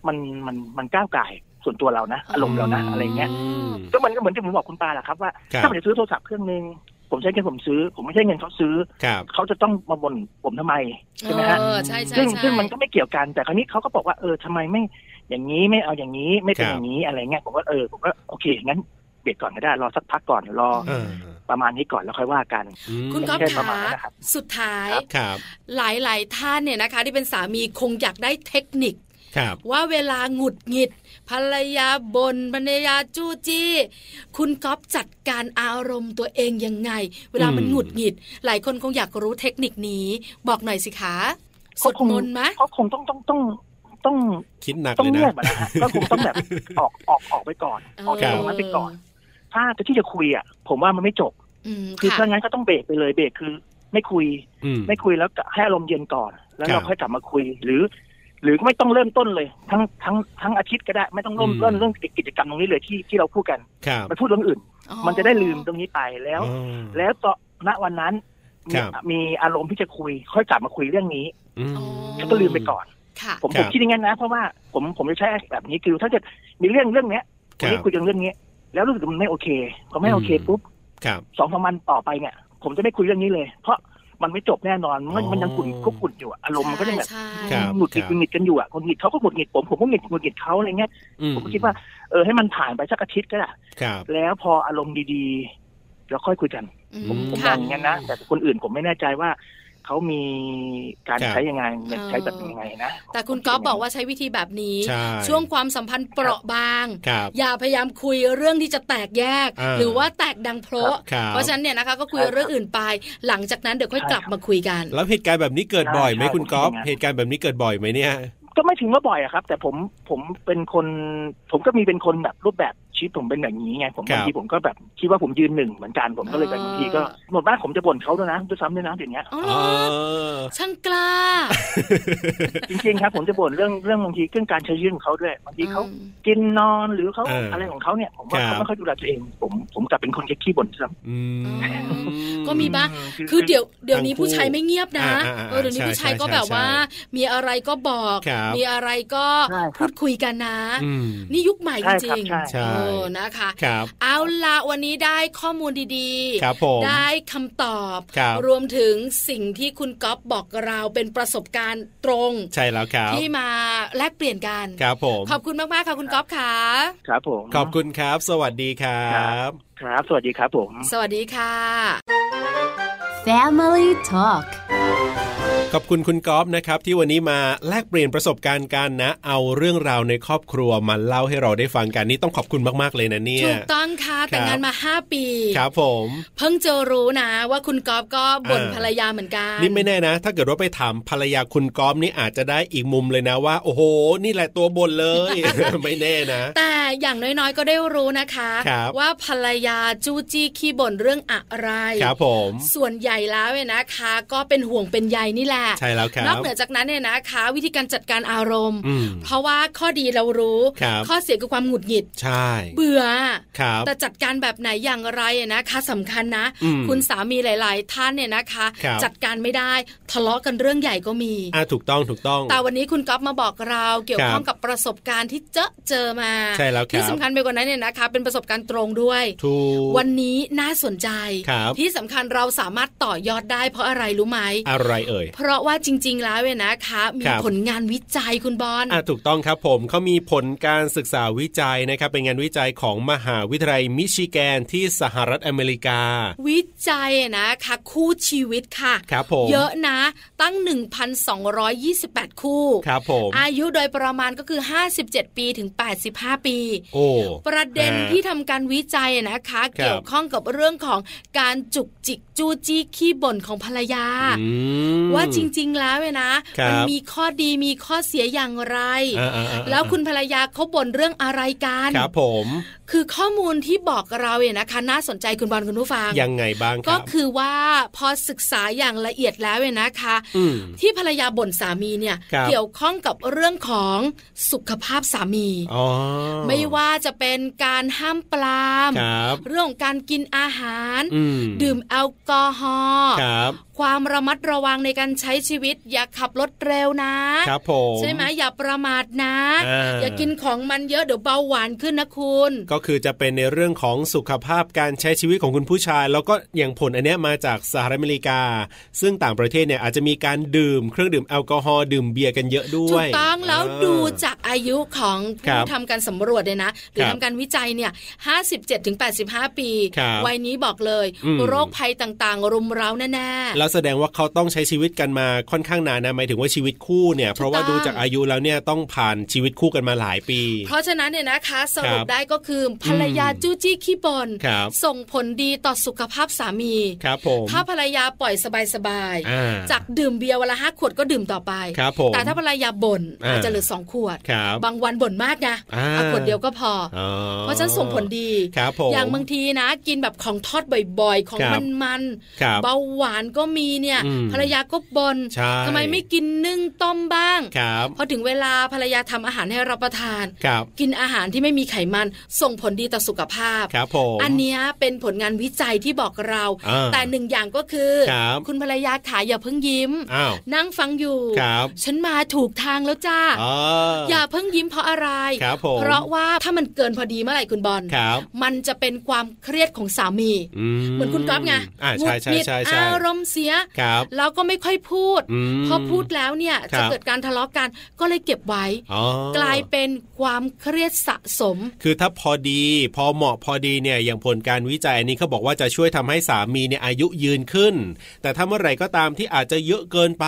Speaker 5: มันมันมันก้าวไก่ายส่วนตัวเรานะอารมณ์เรานะอะไรเงี้ย
Speaker 2: อืม
Speaker 5: ก็มันก็เหมือนที่ผมบอกคุณปาแหละครับว่า
Speaker 2: ครับ
Speaker 5: ถ้าผมจะซื้อโทรศัพท์เครื่องหนึงผมใช้เงินผมซื้อ ผมไม่ใช่เงินเขาซื้อ
Speaker 2: ครับ
Speaker 5: เขาจะต้องมาบ่นผมทำไม ใช่ไหมฮะ
Speaker 1: เออใช่ใช่
Speaker 5: ซึ่ง
Speaker 1: ใช่
Speaker 5: ซึ่งมันก็ไม่เกี่ยวกันแต่คราวนี้เขาก็บอกว่าเออทำไมไม่อย่างนี้ไม่เอาอย่างนี้ไม่เป็น
Speaker 2: ครับ
Speaker 5: อย่างนี้อะไรเงี้ยผมก็เออผมก็โอเคงั้นเบียดก่อนก็ได้รอสักพักก่อนรอ
Speaker 2: เออ
Speaker 5: ประมาณนี้ก่อนแล้วค่อยว่ากัน
Speaker 2: อืม
Speaker 1: คุณก๊อฟ
Speaker 5: ไม่ใช่ประ
Speaker 1: ขา
Speaker 5: มาณนั้นนะครับ
Speaker 1: สุดท้าย
Speaker 2: ครับ
Speaker 1: หลาย ๆ ท่านเนี่ยนะคะ ที่เป็นสามีคงอยากได้เทคนิค
Speaker 2: ครับ
Speaker 1: ว่าเวลาหงุดหงิด ภรรยาบน่นภรรยาจู้จี้ คุณก๊อฟจัดการอารมณ์ตัวเองยังไง เวลามัน
Speaker 2: อืม
Speaker 1: หงุดหงิด หลายคนคงอยากรู้เทคนิคนี้ บอกหน่อยสิคะสวดมนต์ไหม
Speaker 5: เขาคงต้องต้องต้องต้อง
Speaker 2: คิดหนัก
Speaker 5: ต้อง
Speaker 2: เลย
Speaker 5: เงีย
Speaker 2: นะ
Speaker 5: บอะนะฮะก็คงต้องแบบออกออกออกไปก่อนออกจากตรงนั้นไปก่อน ถ้าจะที่จะคุยอ่ะผมว่ามันไม่จบ
Speaker 1: อืม
Speaker 5: คือ
Speaker 1: ค่ะ
Speaker 5: ถ้างั้นก็ต้องเบรกไปเลยเบรกคือ ไม่คุย
Speaker 2: อืม
Speaker 5: ไม่คุยแล้วก็ให้อารมณ์เย็นก่อน แล้ว
Speaker 2: ครั
Speaker 5: เรา
Speaker 2: บ
Speaker 5: ค่อยกลับมาคุย หรือ หรือไม่ต้องเริ่มต้นเลย ทั้งทั้งทั้งอาทิตย์ก็ได้ ไม่ต้องเริ่ม
Speaker 2: อืม
Speaker 5: ต้นเรื่องกิจกรรมตรงนี้เลยที่ที่เราพูดกัน
Speaker 2: ครับ
Speaker 5: มันพูดเรื่องอื่น
Speaker 1: อ๋อ
Speaker 5: มันจะได้ลืมตรงนี้ไปแล้ว
Speaker 2: อ๋อ
Speaker 5: แล้วต่อณวันนั้นมี
Speaker 2: ครับ
Speaker 5: มีอารมณ์ที่จะคุย ค่อยกลับมาคุยเรื่องนี้
Speaker 2: อืม
Speaker 5: ฉันก็ลืมไปก่อน
Speaker 1: ค่ะ
Speaker 5: ผม
Speaker 2: ค
Speaker 5: ผ
Speaker 2: รั
Speaker 5: ม
Speaker 2: บ
Speaker 5: คิดอย่างนั้นนะ เพราะว่าผมผมจะใช้แบบนี้คือถ้าเกิดมีเรื่องเรื่องเนี้ยวัน
Speaker 2: ค
Speaker 5: นี้
Speaker 2: รับ
Speaker 5: คุยกันเรื่องนี้ แล้วรู้สึกมันไม่โอเคพอไม่โอเค
Speaker 2: อืม
Speaker 5: ปุ๊บ
Speaker 2: ครับ
Speaker 5: สองสามวันต่อไปเนี่ย ผมจะไม่คุยเรื่องนี้เลย เพราะมันไม่จบแน่นอนมันมันยังกุ่นกุกกุ่นอยู่อะอารมณ์มันก็ยังแบบ
Speaker 1: ใช่
Speaker 2: ครั
Speaker 1: ใช่
Speaker 2: บ
Speaker 5: หงุดหงิดหงุดหงิดกันอยู่อ่ะหงุดหงิดเขาก็หงุดหงิดผมผมก็หงุดหงิดหงุดหงิดเขาอะไรเงี้ย
Speaker 2: อื
Speaker 5: ผมก็คิดว่าเออให้มันผ่านไปสักอาทิตย์ก็ได้
Speaker 2: ครับ
Speaker 5: แล้วพออารมณ์ดีๆแล้วค่อยคุยกัน
Speaker 1: อื
Speaker 2: ผม
Speaker 5: ผมม
Speaker 1: ค่ะ
Speaker 5: องอย่างนั้นนะแต่คนอื่นผมไม่แน่ใจว่าเขามีการ
Speaker 2: ครับ
Speaker 5: ใช้ยังไง
Speaker 1: เออ
Speaker 5: ใช้แบบยังไงนะ
Speaker 1: แต่คุณก๊อฟบอกว่าใช้วิธีแบบนี้
Speaker 2: ใช่
Speaker 1: ช่วงความสัมพันธ์เปราะบาง
Speaker 2: ครับ
Speaker 1: อย่าพยายามคุยเรื่องที่จะแตกแยก
Speaker 2: อ่า
Speaker 1: หรือว่าแตกดังโพะ
Speaker 2: ครับ
Speaker 1: เพราะฉะนั้นเนี่ยนะคะก็คุยเรื่องอื่นไป หลังจากนั้นเดี๋ยวค่อยกลับมาคุยกัน
Speaker 2: แล้วเหตุการณ์แบบนี้เกิดบ่อยไหมคุณก๊อฟเหตุการณ์แบบนี้เกิดบ่อยไหมเนี่ย
Speaker 5: ก็ไม่ถึงว่าบ่อยอะครับ แต่ผมผมเป็นคน ผมก็มีเป็นคนแบบรูปแบบชีวิตผมเป็นแบบนี้ไงผม
Speaker 2: ครับ
Speaker 5: บางทีผมก็แบบคิดว่าผมยืนหนึ่งเหมือนกันผมก็เลยแบบ
Speaker 1: อ๋อ
Speaker 5: บางทีก็หมดบ้านผมจะบ่นเขาด้วยนะด้วยซ้ำด้วยนะเดี๋ยวนี้
Speaker 1: อ๋อเหรอช่างกล้า
Speaker 5: จริงๆครับผมจะบ่นเรื่องเรื่องบางทีเรื่องการใช้ชีวิตของเขาด้วยบางทีเขา
Speaker 1: อืม
Speaker 5: กินนอนหรือเขา
Speaker 2: เอออ
Speaker 5: อะไรของเขาเนี่ยผมว่า
Speaker 2: ครับ
Speaker 5: เขาไม่ค่อยดูแลตัวเอง ผมผมกลับเป็นคนที่ขี้บ่นซ้
Speaker 2: อืม
Speaker 1: ก็มีบ้าง
Speaker 5: ำ
Speaker 1: คือเดี๋ยวเดี๋ยวนี้
Speaker 2: ทั้งคู่
Speaker 1: ผู้ชายไม่เงียบนะ
Speaker 2: อ่าอ่าอ่า
Speaker 1: เออเดี๋ยวนี้ผู้
Speaker 2: ใช่
Speaker 1: ชายก็
Speaker 2: ใช่
Speaker 1: แบบว่า
Speaker 2: ใช่
Speaker 1: มีอะไรก็บอก
Speaker 2: ครับ
Speaker 1: มีอะไรก็
Speaker 5: ใช่ค
Speaker 1: พู
Speaker 5: รับ
Speaker 1: ดคุยกันนะ
Speaker 2: อืม
Speaker 1: นี่ยุคใหม่จ
Speaker 5: ใช่ครับ
Speaker 1: ริงๆ
Speaker 5: ใช่
Speaker 1: เออนะคะ
Speaker 2: ครับ
Speaker 1: เอาละวันนี้ได้ข้อมูลดี
Speaker 2: ครับผม
Speaker 1: ๆ ได้คำตอบ
Speaker 2: ครับ
Speaker 1: รวมถึงสิ่งที่คุณก๊อฟบอกเราเป็นประสบการณ์ตรง
Speaker 2: ใช่แล้วครับ
Speaker 1: ที่มาแลกเปลี่ยนกัน
Speaker 2: ครับผม
Speaker 1: ขอบคุณมาก ๆ ค่ะคุณก๊อฟค่ะ
Speaker 5: ครับผม
Speaker 2: ขอบคุณครับ สวัสดีครับ
Speaker 5: ครับ สวัสดีครับผม
Speaker 1: สวัสดีค่ะ
Speaker 4: Family Talk
Speaker 2: ขอบคุณคุณก๊อฟนะครับที่วันนี้มาแลกเปลี่ยนประสบการณ์กันนะ เอาเรื่องราวในครอบครัวมาเล่าให้เราได้ฟังกันนี่ต้องขอบคุณมากๆเลยนะเนี่ย
Speaker 1: ถูกต้องค่ะแต่งงานมา 5 ปี
Speaker 2: ครับผม
Speaker 1: เพิ่งจะรู้นะว่าคุณก๊อฟก็บ่น
Speaker 2: เออ
Speaker 1: ภรรยาเหมือนกัน
Speaker 2: นี่ไม่แน่นะ ถ้าเกิดว่าไปถามภรรยาคุณก๊อฟนี่อาจจะได้อีกมุมเลยนะว่า โอ้โห นี่แหละตัวบนเลย ไม่แน่นะ
Speaker 1: แต่อย่างน้อยๆก็ได้รู้นะคะ
Speaker 2: ครับ
Speaker 1: ว่าภรรยาจู้จี้ขี้บ่นเรื่องอะไร
Speaker 2: ครับผม
Speaker 1: ส่วนใหญ่แล้วเนี่ยนะคะ ก็เป็นห่วงเป็นใยนี่แหละ
Speaker 2: ใช่แล้วครั
Speaker 1: นอบ กเหนือจากนั้นเนี่ยนะคะ วิธีการจัดการอารมณ์
Speaker 2: อืม
Speaker 1: เพราะว่าข้อดีเรารู้
Speaker 2: ครับ
Speaker 1: ข้อเสียคือความหงุดหงิด
Speaker 2: ใช่
Speaker 1: เบื่อ
Speaker 2: ครับ
Speaker 1: แต่จัดการแบบไหนอย่างไรอะนะคะสำคัญนะ
Speaker 2: อืม
Speaker 1: คุณสามีหลาย ๆ ท่านเนี่ยนะคะ
Speaker 2: ครับ
Speaker 1: จัดการไม่ได้ทะเลาะกันเรื่องใหญ่ก็มี
Speaker 2: อ่ะถูกต้องถูกต้อง
Speaker 1: แต่วันนี้คุณก๊อฟมาบอกเราเกี่ยว
Speaker 2: ครับ
Speaker 1: ข้องกับประสบการณ์ที่เจอเจอมา
Speaker 2: ใช่แล้วครับ
Speaker 1: ที่สำคัญไปกว่านั้นเนี่ยนะคะ เป็นประสบการณ์ตรงด้วย
Speaker 2: ถูก
Speaker 1: วันนี้น่าสนใจ
Speaker 2: ครับ
Speaker 1: ที่สำคัญเราสามารถต่อยอดได้เพราะอะไรรู้ไหม
Speaker 2: อะไรเอ่ย
Speaker 1: เพราะว่าจริง ๆ แล้วเนี่ยนะคะ มี
Speaker 2: ครับ
Speaker 1: ผลงานวิจัยคุณบอล
Speaker 2: อ่ะถูกต้องครับผมเขามีผลการศึกษาวิจัยนะครับ เป็นงานวิจัยของมหาวิทยาลัยมิชิแกนที่สหรัฐอเมริกา
Speaker 1: วิจัยนะคะคู่ชีวิตค่ะ
Speaker 2: ครับผม
Speaker 1: เยอะนะตั้ง 1,228 คู่
Speaker 2: ครับผม
Speaker 1: อายุโดยประมาณก็คือ 57 ปีถึง 85 ปี
Speaker 2: โอ้
Speaker 1: ประเด็น
Speaker 2: ฮะ
Speaker 1: ที่ทำการวิจัยนะคะ เกี่ยวข้องกับเรื่องของการจุกจิกจู้จี้ขี้บ่นของภรรยา
Speaker 2: อืม
Speaker 1: ว่าจริงๆแล้วเนี่ยนะ
Speaker 2: ครับ
Speaker 1: มัมีข้อดีมีข้อเสียอย่างไร
Speaker 2: อ่าอ่าอ่า
Speaker 1: แล้วคุณภรรยาเขาบ่นเรื่องอะไรกัน
Speaker 2: ครับผม
Speaker 1: คือข้อมูลที่บอกเราเนี่ยนะคะ น่าสนใจคุณบอลคุณผู้ฟัง
Speaker 2: ยังไงบ้างค
Speaker 1: ก็
Speaker 2: รับ
Speaker 1: คือว่าพอศึกษาอย่างละเอียดแล้วเนี่ยนะคะ
Speaker 2: อืม
Speaker 1: ที่ภรรยาบ่นสามีเนี่ย
Speaker 2: ครับ
Speaker 1: เกี่ยวข้องกับเรื่องของสุขภาพสามี
Speaker 2: อ๋อ
Speaker 1: ไม่ว่าจะเป็นการห้ามปลาม
Speaker 2: ครับ
Speaker 1: เรื่องของการกินอาหาร
Speaker 2: อืม
Speaker 1: ดื่มแอลกอฮอล์
Speaker 2: ครับ
Speaker 1: ความระมัดระวังในการใช้ชีวิต อย่าขับรถเร็วนะ
Speaker 2: ครับผม
Speaker 1: ใช่ไหมอย่าประมาทนะ
Speaker 2: อ่า
Speaker 1: อย่ากินของมันเยอะเดี๋ยวเบาหวานขึ้นนะคุณ
Speaker 2: ก็คือจะเป็นในเรื่องของสุขภาพการใช้ชีวิตของคุณผู้ชาย แล้วก็อย่างผลอันเนี้ยมาจากสหรัฐอเมริกา ซึ่งต่างประเทศเนี่ยอาจจะมีการดื่มเครื่องดื่มแอลกอฮอล์ดื่มเบียร์กันเยอะด้วย
Speaker 1: ถูกต้องแล้ว
Speaker 2: อ่
Speaker 1: ดูจากอายุของ
Speaker 2: ครั
Speaker 1: ผู้
Speaker 2: บ
Speaker 1: ทำการสำรวจเลยนะ หรือ
Speaker 2: ครับ
Speaker 1: ทำการวิจัยเนี่ย 57-85 ปี
Speaker 2: ครับ
Speaker 1: วัยนี้บอกเลย
Speaker 2: อืม
Speaker 1: โรคภัยต่างๆ รุมเร้าแน่
Speaker 2: แล้วแสดงว่าเขาต้องใช้ชีวิตกันมาค่อนข้างนานนะหมายถึงว่าชีวิตคู่เนี่ย เพราะว่า
Speaker 1: ถู
Speaker 2: ดู
Speaker 1: กต้อง
Speaker 2: จากอายุแล้วเนี่ยต้องผ่านชีวิตคู่กันมาหลายปี
Speaker 1: ๆ เพราะฉะนั้นเนี่ยนะคะสรุป
Speaker 2: ครับ
Speaker 1: ได้ก็คือภรรยา
Speaker 2: อืม
Speaker 1: จู้จี้ขี้บ่น
Speaker 2: ครับ
Speaker 1: ส่งผลดีต่อสุขภาพสามี
Speaker 2: ครับผม
Speaker 1: ถ้าภรรยาปล่อยสบาย
Speaker 2: อ่
Speaker 1: ๆ จากดื่มเบียร์วันละห้าขวดก็ดื่มต่อไป
Speaker 2: ครับผม
Speaker 1: แต่ถ้าภรรยาบ่น
Speaker 2: อ่า
Speaker 1: อาจจะเหลือสองขวด
Speaker 2: ครับ
Speaker 1: บางวันบ่นมากนะ
Speaker 2: อ่า
Speaker 1: อ่ะขวดเดียวก็พอ
Speaker 2: อ๋อ
Speaker 1: เพราะฉะนันส่งผลดี
Speaker 2: ครับผม
Speaker 1: อย่างบางทีนะ กินแบบของทอดบ่อยๆ ของ
Speaker 2: ครั
Speaker 1: มั
Speaker 2: บ
Speaker 1: นมันๆ
Speaker 2: ครับ
Speaker 1: เบาหวานก็ มีเนี่ย
Speaker 2: อืม
Speaker 1: ภรรยาก็บน่น
Speaker 2: ใช่
Speaker 1: ทำไมไม่กินนึ่งต้มบ้าง
Speaker 2: ครับ
Speaker 1: พอถึงเวลาภรรยาทำอาหารให้รับประทาน
Speaker 2: ครับ
Speaker 1: กินอาหารที่ไม่มีไขมันส่งผลดีต่อสุขภาพ
Speaker 2: ครับผม
Speaker 1: อันเนี้ยเป็นผลงานวิจัยที่บอกเรา
Speaker 2: อ่า
Speaker 1: แต่หนึ่งอย่างก็คือ
Speaker 2: ครับ
Speaker 1: ณภรรยาขาอย่าเพิ่งยิ้ม
Speaker 2: อ้าว
Speaker 1: นั่งฟังอยู่
Speaker 2: ครับ
Speaker 1: ฉันมาถูกทางแล้วจ้า
Speaker 2: อ่า
Speaker 1: อย่าเพิ่งยิ้มเพราะอะไร
Speaker 2: ครับผม
Speaker 1: เพราะว่าถ้ามันเกินพอดีเมื่อไหร่คุณบอล
Speaker 2: ครับ
Speaker 1: มันจะเป็นความเครียดของสามี เหมือนคุณก๊อฟไง
Speaker 2: อ่าใช่ใช่
Speaker 1: หงุดหงิด
Speaker 2: ใช่ใช่
Speaker 1: อารมณ์เสีย
Speaker 2: ครับ
Speaker 1: แล้วก็ไม่ค่อยพูด
Speaker 2: อืม
Speaker 1: พอพูดแล้วเนี่ย
Speaker 2: ครั
Speaker 1: จะ
Speaker 2: บ
Speaker 1: เกิดการทะเลาะกัน ก็เลยเก็บไว้
Speaker 2: อ๋อก
Speaker 1: ลายเป็นความเครียดสะสม
Speaker 2: คือถ้าพอดี พอเหมาะพอดีเนี่ยอย่างผลการวิจัยอันนี้เขาบอกว่าจะช่วยทำให้สามีเนี่ยอายุยืนขึ้น แต่ถ้าเมื่อไหร่ก็ตามที่อาจจะเยอะเกินไป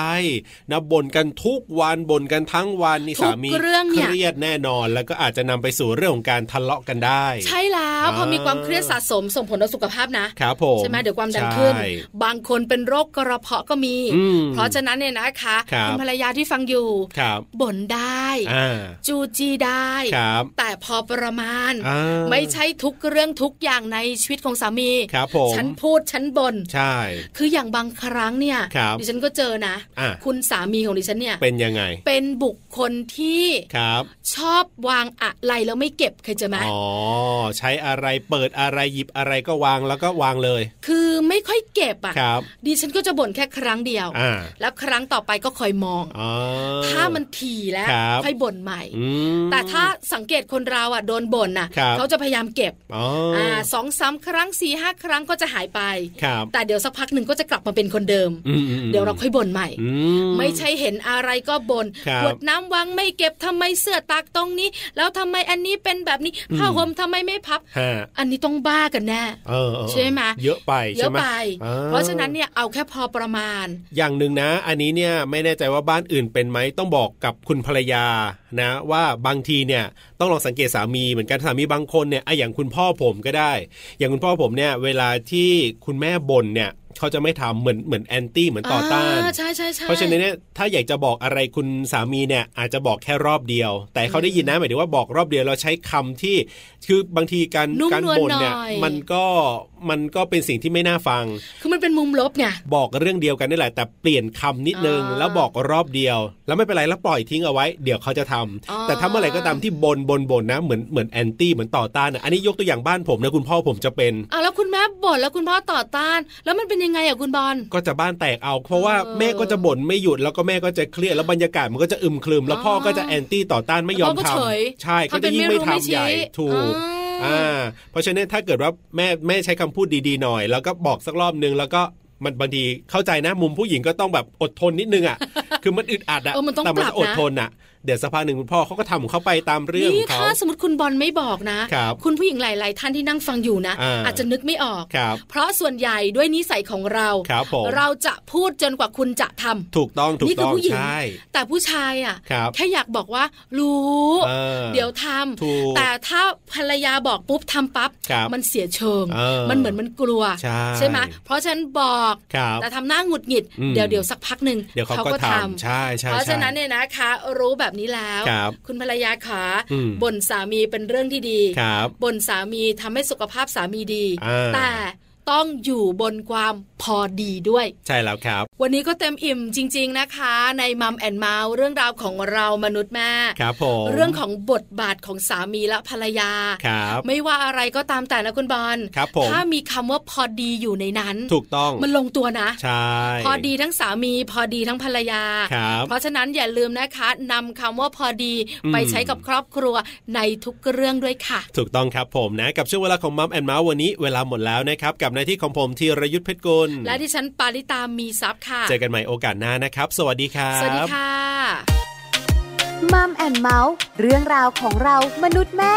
Speaker 2: นะบ่นกันทุกวันบ่นกันทั้งวันนี่
Speaker 1: ทุก
Speaker 2: สามี
Speaker 1: เรื่องเนี่ย
Speaker 2: เครียดแน่นอน แล้วก็อาจจะนำไปสู่เรื่องของการทะเลาะกันได้
Speaker 1: ใช่แล้ว
Speaker 2: อ่า
Speaker 1: พอมีความเครียดสะสมส่งผลต่อสุขภาพนะครับ
Speaker 2: ผม
Speaker 1: ใช่ไหมเดี๋ยวความดันขึ้น
Speaker 2: ใช่
Speaker 1: บางคนเป็นโรคกระเพาะก็มี
Speaker 2: อืม
Speaker 1: เพราะฉะนั้นเนี่ยนะคะ
Speaker 2: ครับ
Speaker 1: ณภรรยาที่ฟังอยู่
Speaker 2: ครับ
Speaker 1: บ่นได้
Speaker 2: อ่า
Speaker 1: จูจีได้
Speaker 2: ครับ
Speaker 1: แต่พอประมาณ
Speaker 2: อ่า
Speaker 1: ไม่ใช่ทุกเรื่องทุกอย่างในชีวิตของสามี
Speaker 2: ครับผม
Speaker 1: ฉันพูดฉันบน่น
Speaker 2: ใช่
Speaker 1: คืออย่างบางครั้งเนี่ย
Speaker 2: ครับ
Speaker 1: ดิฉันก็เจอนะ
Speaker 2: อ่ะ
Speaker 1: คุณสามีของดิฉันเนี่ย
Speaker 2: เป็นยังไง
Speaker 1: เป็นบุคคลที่
Speaker 2: ครับ
Speaker 1: ชอบวางอะไรแล้วไม่เก็บเคยเจอไหม
Speaker 2: อ๋อ ใช้อะไรเปิดอะไรหยิบอะไรก็วางแล้วก็วางเลย
Speaker 1: คือไม่ค่อยเก็บ
Speaker 2: ค
Speaker 1: อะ่ะ
Speaker 2: รับ
Speaker 1: ดิฉันก็จะบ่นแค่ครั้งเดียว
Speaker 2: อ่า
Speaker 1: แล้วครั้งต่อไปก็คอยมอง
Speaker 2: อ๋อ
Speaker 1: ถ้ามันถี่แล้ว
Speaker 2: ครับ
Speaker 1: ค่อยบ่นใหม่
Speaker 2: อืม
Speaker 1: แต่ถ้าสังเกตคนเราอ่ะโดนบ่นน่ะ
Speaker 2: ครับ
Speaker 1: เขาจะพยายามเก็บ
Speaker 2: อ๋ออ
Speaker 1: อ่าสองสามครั้งสี่ห้าครั้งก็จะหายไป
Speaker 2: ครับ
Speaker 1: แต่เดี๋ยวสักพักหนึ่งก็จะกลับมาเป็นคนเดิม
Speaker 2: อืมอืม
Speaker 1: เดี๋ยวเราค่อยบ่นใหม่
Speaker 2: อืม
Speaker 1: ไม่ใช่เห็นอะไรก็บน่น
Speaker 2: ครับ
Speaker 1: ขวดน้ำวางไม่เก็บทำไมเสื้อตากตรงนี้ แล้วทำไมอันนี้เป็นแบบนี้
Speaker 2: อืม
Speaker 1: ผ้าห่มทำไมไม่พับ
Speaker 2: ฮะ
Speaker 1: อันนี้ต้องบ้ากันแน่
Speaker 2: เออเออเออ
Speaker 1: ใช่ไหม
Speaker 2: เยอะไป
Speaker 1: เย
Speaker 2: ใช่
Speaker 1: อะ
Speaker 2: หม
Speaker 1: ไป
Speaker 2: อ่
Speaker 1: เพราะฉะนั้นเนี่ยเอาแค่พอประมาณ
Speaker 2: อย่างหนึ่งนะ อันนี้เนี่ยไม่แน่ใจว่าบ้านอื่นเป็นไหมต้องบอกกับคุณภรรยานะ ว่าบางทีเนี่ยต้องลองสังเกตสามีเหมือนกันสามีบางคนเนี่ยอ่ะอย่างคุณพ่อผมก็ได้ อย่างคุณพ่อผมเนี่ย เวลาที่คุณแม่บ่นเนี่ยเขาจะไม่ทำเหมือนเหมือนแอนตี้เหมือนต่อต้าน
Speaker 1: อ่ใช่ใช่ใช่
Speaker 2: เพราะฉะนั้นเนี่ยถ้าอยากจะบอกอะไรคุณสามีเนี่ยอาจจะบอกแค่รอบเดียว แต่เขาได้ยินนะหมายถึงว่าบอกรอบเดียวเราใช้คำที่คือบางทีการ
Speaker 1: นุ่ม
Speaker 2: การ
Speaker 1: นวล
Speaker 2: บ่น
Speaker 1: หน่
Speaker 2: เนี่ย
Speaker 1: อย
Speaker 2: มันก็มันก็เป็นสิ่งที่ไม่น่าฟัง
Speaker 1: คือมันเป็นมุมลบไง
Speaker 2: บอกเรื่องเดียวกันนี่แหละแต่เปลี่ยนคำนิดนึง
Speaker 1: อ่า
Speaker 2: แล้วบอกรอบเดียว แล้วไม่เป็นไรแล้วปล่อยทิ้งเอาไว้เดี๋ยวเขาจะทำ
Speaker 1: อ่า
Speaker 2: แต่ถ้าเมื่อไหร่ก็ตามที่บนบนบนนะเหมือนเหมือนแอนตี้เหมือนต่อต้านอะอันนี้ยกตัวอย่างบ้านผมนะคุณพ่อผมจะเป็น
Speaker 1: เอาแล้วคุณแม่บ่นแล้วคุณพ่อต่อต้าน แล้วมันเป็นยังไงอ่ะคุณบอล
Speaker 2: ก็จะบ้านแตกเอา เพราะว่า
Speaker 1: เออ
Speaker 2: แม่ก็จะบ่นไม่หยุดแล้วก็แม่ก็จะเครียดแล้วบรรยากาศมันก็จะอึมครึมแล้วพ่อก็จะแอนตี้ต่อต้านไม่ยอม
Speaker 1: แล้วพ่อก็เฉย
Speaker 2: ทำใช่ก็จะยิ่งไม่ทำใหญ่
Speaker 1: ทำเป็นไม่รู้ไม่ชี้
Speaker 2: ถูก
Speaker 1: อ่า
Speaker 2: อ่าเพราะฉะนั้นถ้าเกิดว่าแม่แม่ใช้คำพูดดีๆหน่อย แล้วก็บอกสักรอบนึงแล้วก็มันบางทีเข้าใจนะมุมผู้หญิงก็ต้องแบบอดทนนิดนึง อ่ะ คือมันอึดอัดอ่ะ
Speaker 1: เออมันต้อง
Speaker 2: แต่มั
Speaker 1: ปรับนะ
Speaker 2: อดทนอ่ะเดี๋ยวสักพักหนึ่งคุณพ่อเขาก็ทำของเขาไปตามเรื่องข
Speaker 1: นี่
Speaker 2: องเขา
Speaker 1: ถ้าสมมติคุณบอลไม่บอกนะ
Speaker 2: ครับ
Speaker 1: คุณผู้หญิงหลาย ๆ ท่านที่นั่งฟังอยู่นะ
Speaker 2: อ่า
Speaker 1: จจะนึกไม่ออก
Speaker 2: ครับ
Speaker 1: เพราะส่วนใหญ่ด้วยนิสัยของเรา
Speaker 2: ครับผม
Speaker 1: เราจะพูดจนกว่าคุณจะทำ
Speaker 2: ถูกต้องถู
Speaker 1: นี่
Speaker 2: ก
Speaker 1: คื
Speaker 2: ต้
Speaker 1: อ
Speaker 2: อง
Speaker 1: ผู้หญิง
Speaker 2: ใช่
Speaker 1: แต่ผู้ชายอ่ะ
Speaker 2: ครับ
Speaker 1: แค่อยากบอกว่า รู้
Speaker 2: ออ
Speaker 1: เดี๋ยวท
Speaker 2: ถูก
Speaker 1: ำแต่ถ้าภรรยาบอกปุ๊บทำปั๊บ
Speaker 2: ครับ
Speaker 1: มันเสียเชิง
Speaker 2: เออ
Speaker 1: มันเหมือนมันกลัว
Speaker 2: ใช่
Speaker 1: ไหมเพราะฉะนันบอก
Speaker 2: ครับ
Speaker 1: แต่ทำหน้าหงุดหงิด
Speaker 2: อืม
Speaker 1: เดี๋ยวเดี๋ยวสักพักหนึ่ง
Speaker 2: เดี๋ยวเขาก็ทำใช่ใช่
Speaker 1: เพราะ
Speaker 2: ใช่
Speaker 1: ฉะนั้นเนี่ยนะคะ รู้แบบนี้แล้ว
Speaker 2: ครับ
Speaker 1: คุณภรรยาขา
Speaker 2: อืม
Speaker 1: บ่นสามีเป็นเรื่องที่ดี
Speaker 2: ครับ
Speaker 1: บ่นสามีทำให้สุขภาพสามีดี
Speaker 2: อ่า
Speaker 1: แต่ต้องอยู่บนความพอดีด้วย
Speaker 2: ใช่แล้วครับ
Speaker 1: วันนี้ก็เต็มอิ่มจริง ๆนะคะ ในมัมแอนเมาส์เรื่องราวของเรามนุษย์แม่
Speaker 2: ครับผม
Speaker 1: เรื่องของบทบาทของสามีและภรรยา
Speaker 2: ครับ
Speaker 1: ไม่ว่าอะไรก็ตามแต่นะคุณบอล
Speaker 2: ครับผม
Speaker 1: ถ้ามีคำว่าพอดีอยู่ในนั้น
Speaker 2: ถูกต้อง
Speaker 1: มันลงตัวนะ
Speaker 2: ใช่
Speaker 1: พอดีทั้งสามีพอดีทั้งภรรยา
Speaker 2: ครับ
Speaker 1: เพราะฉะนั้นอย่าลืมนะคะนำคำว่าพอดี
Speaker 2: อืม
Speaker 1: ไปใช้กับครอบครัวในทุกเรื่องด้วยค่ะ
Speaker 2: ถูกต้องครับผมนะ กับช่วงเวลาของมัมแอนเมาส์วันนี้เวลาหมดแล้วนะครับ กับหน้าที่ของผมธีรยุทธเพชรกุล
Speaker 1: และดิฉันปาริตามีซับค่ะ
Speaker 2: เจอกันใหม่โอกาสหน้านะครับ สวัสดีครับ
Speaker 1: สวัสดีค่ะ
Speaker 4: มัมแอนเมาส์เรื่องราวของเรามนุษย์แม่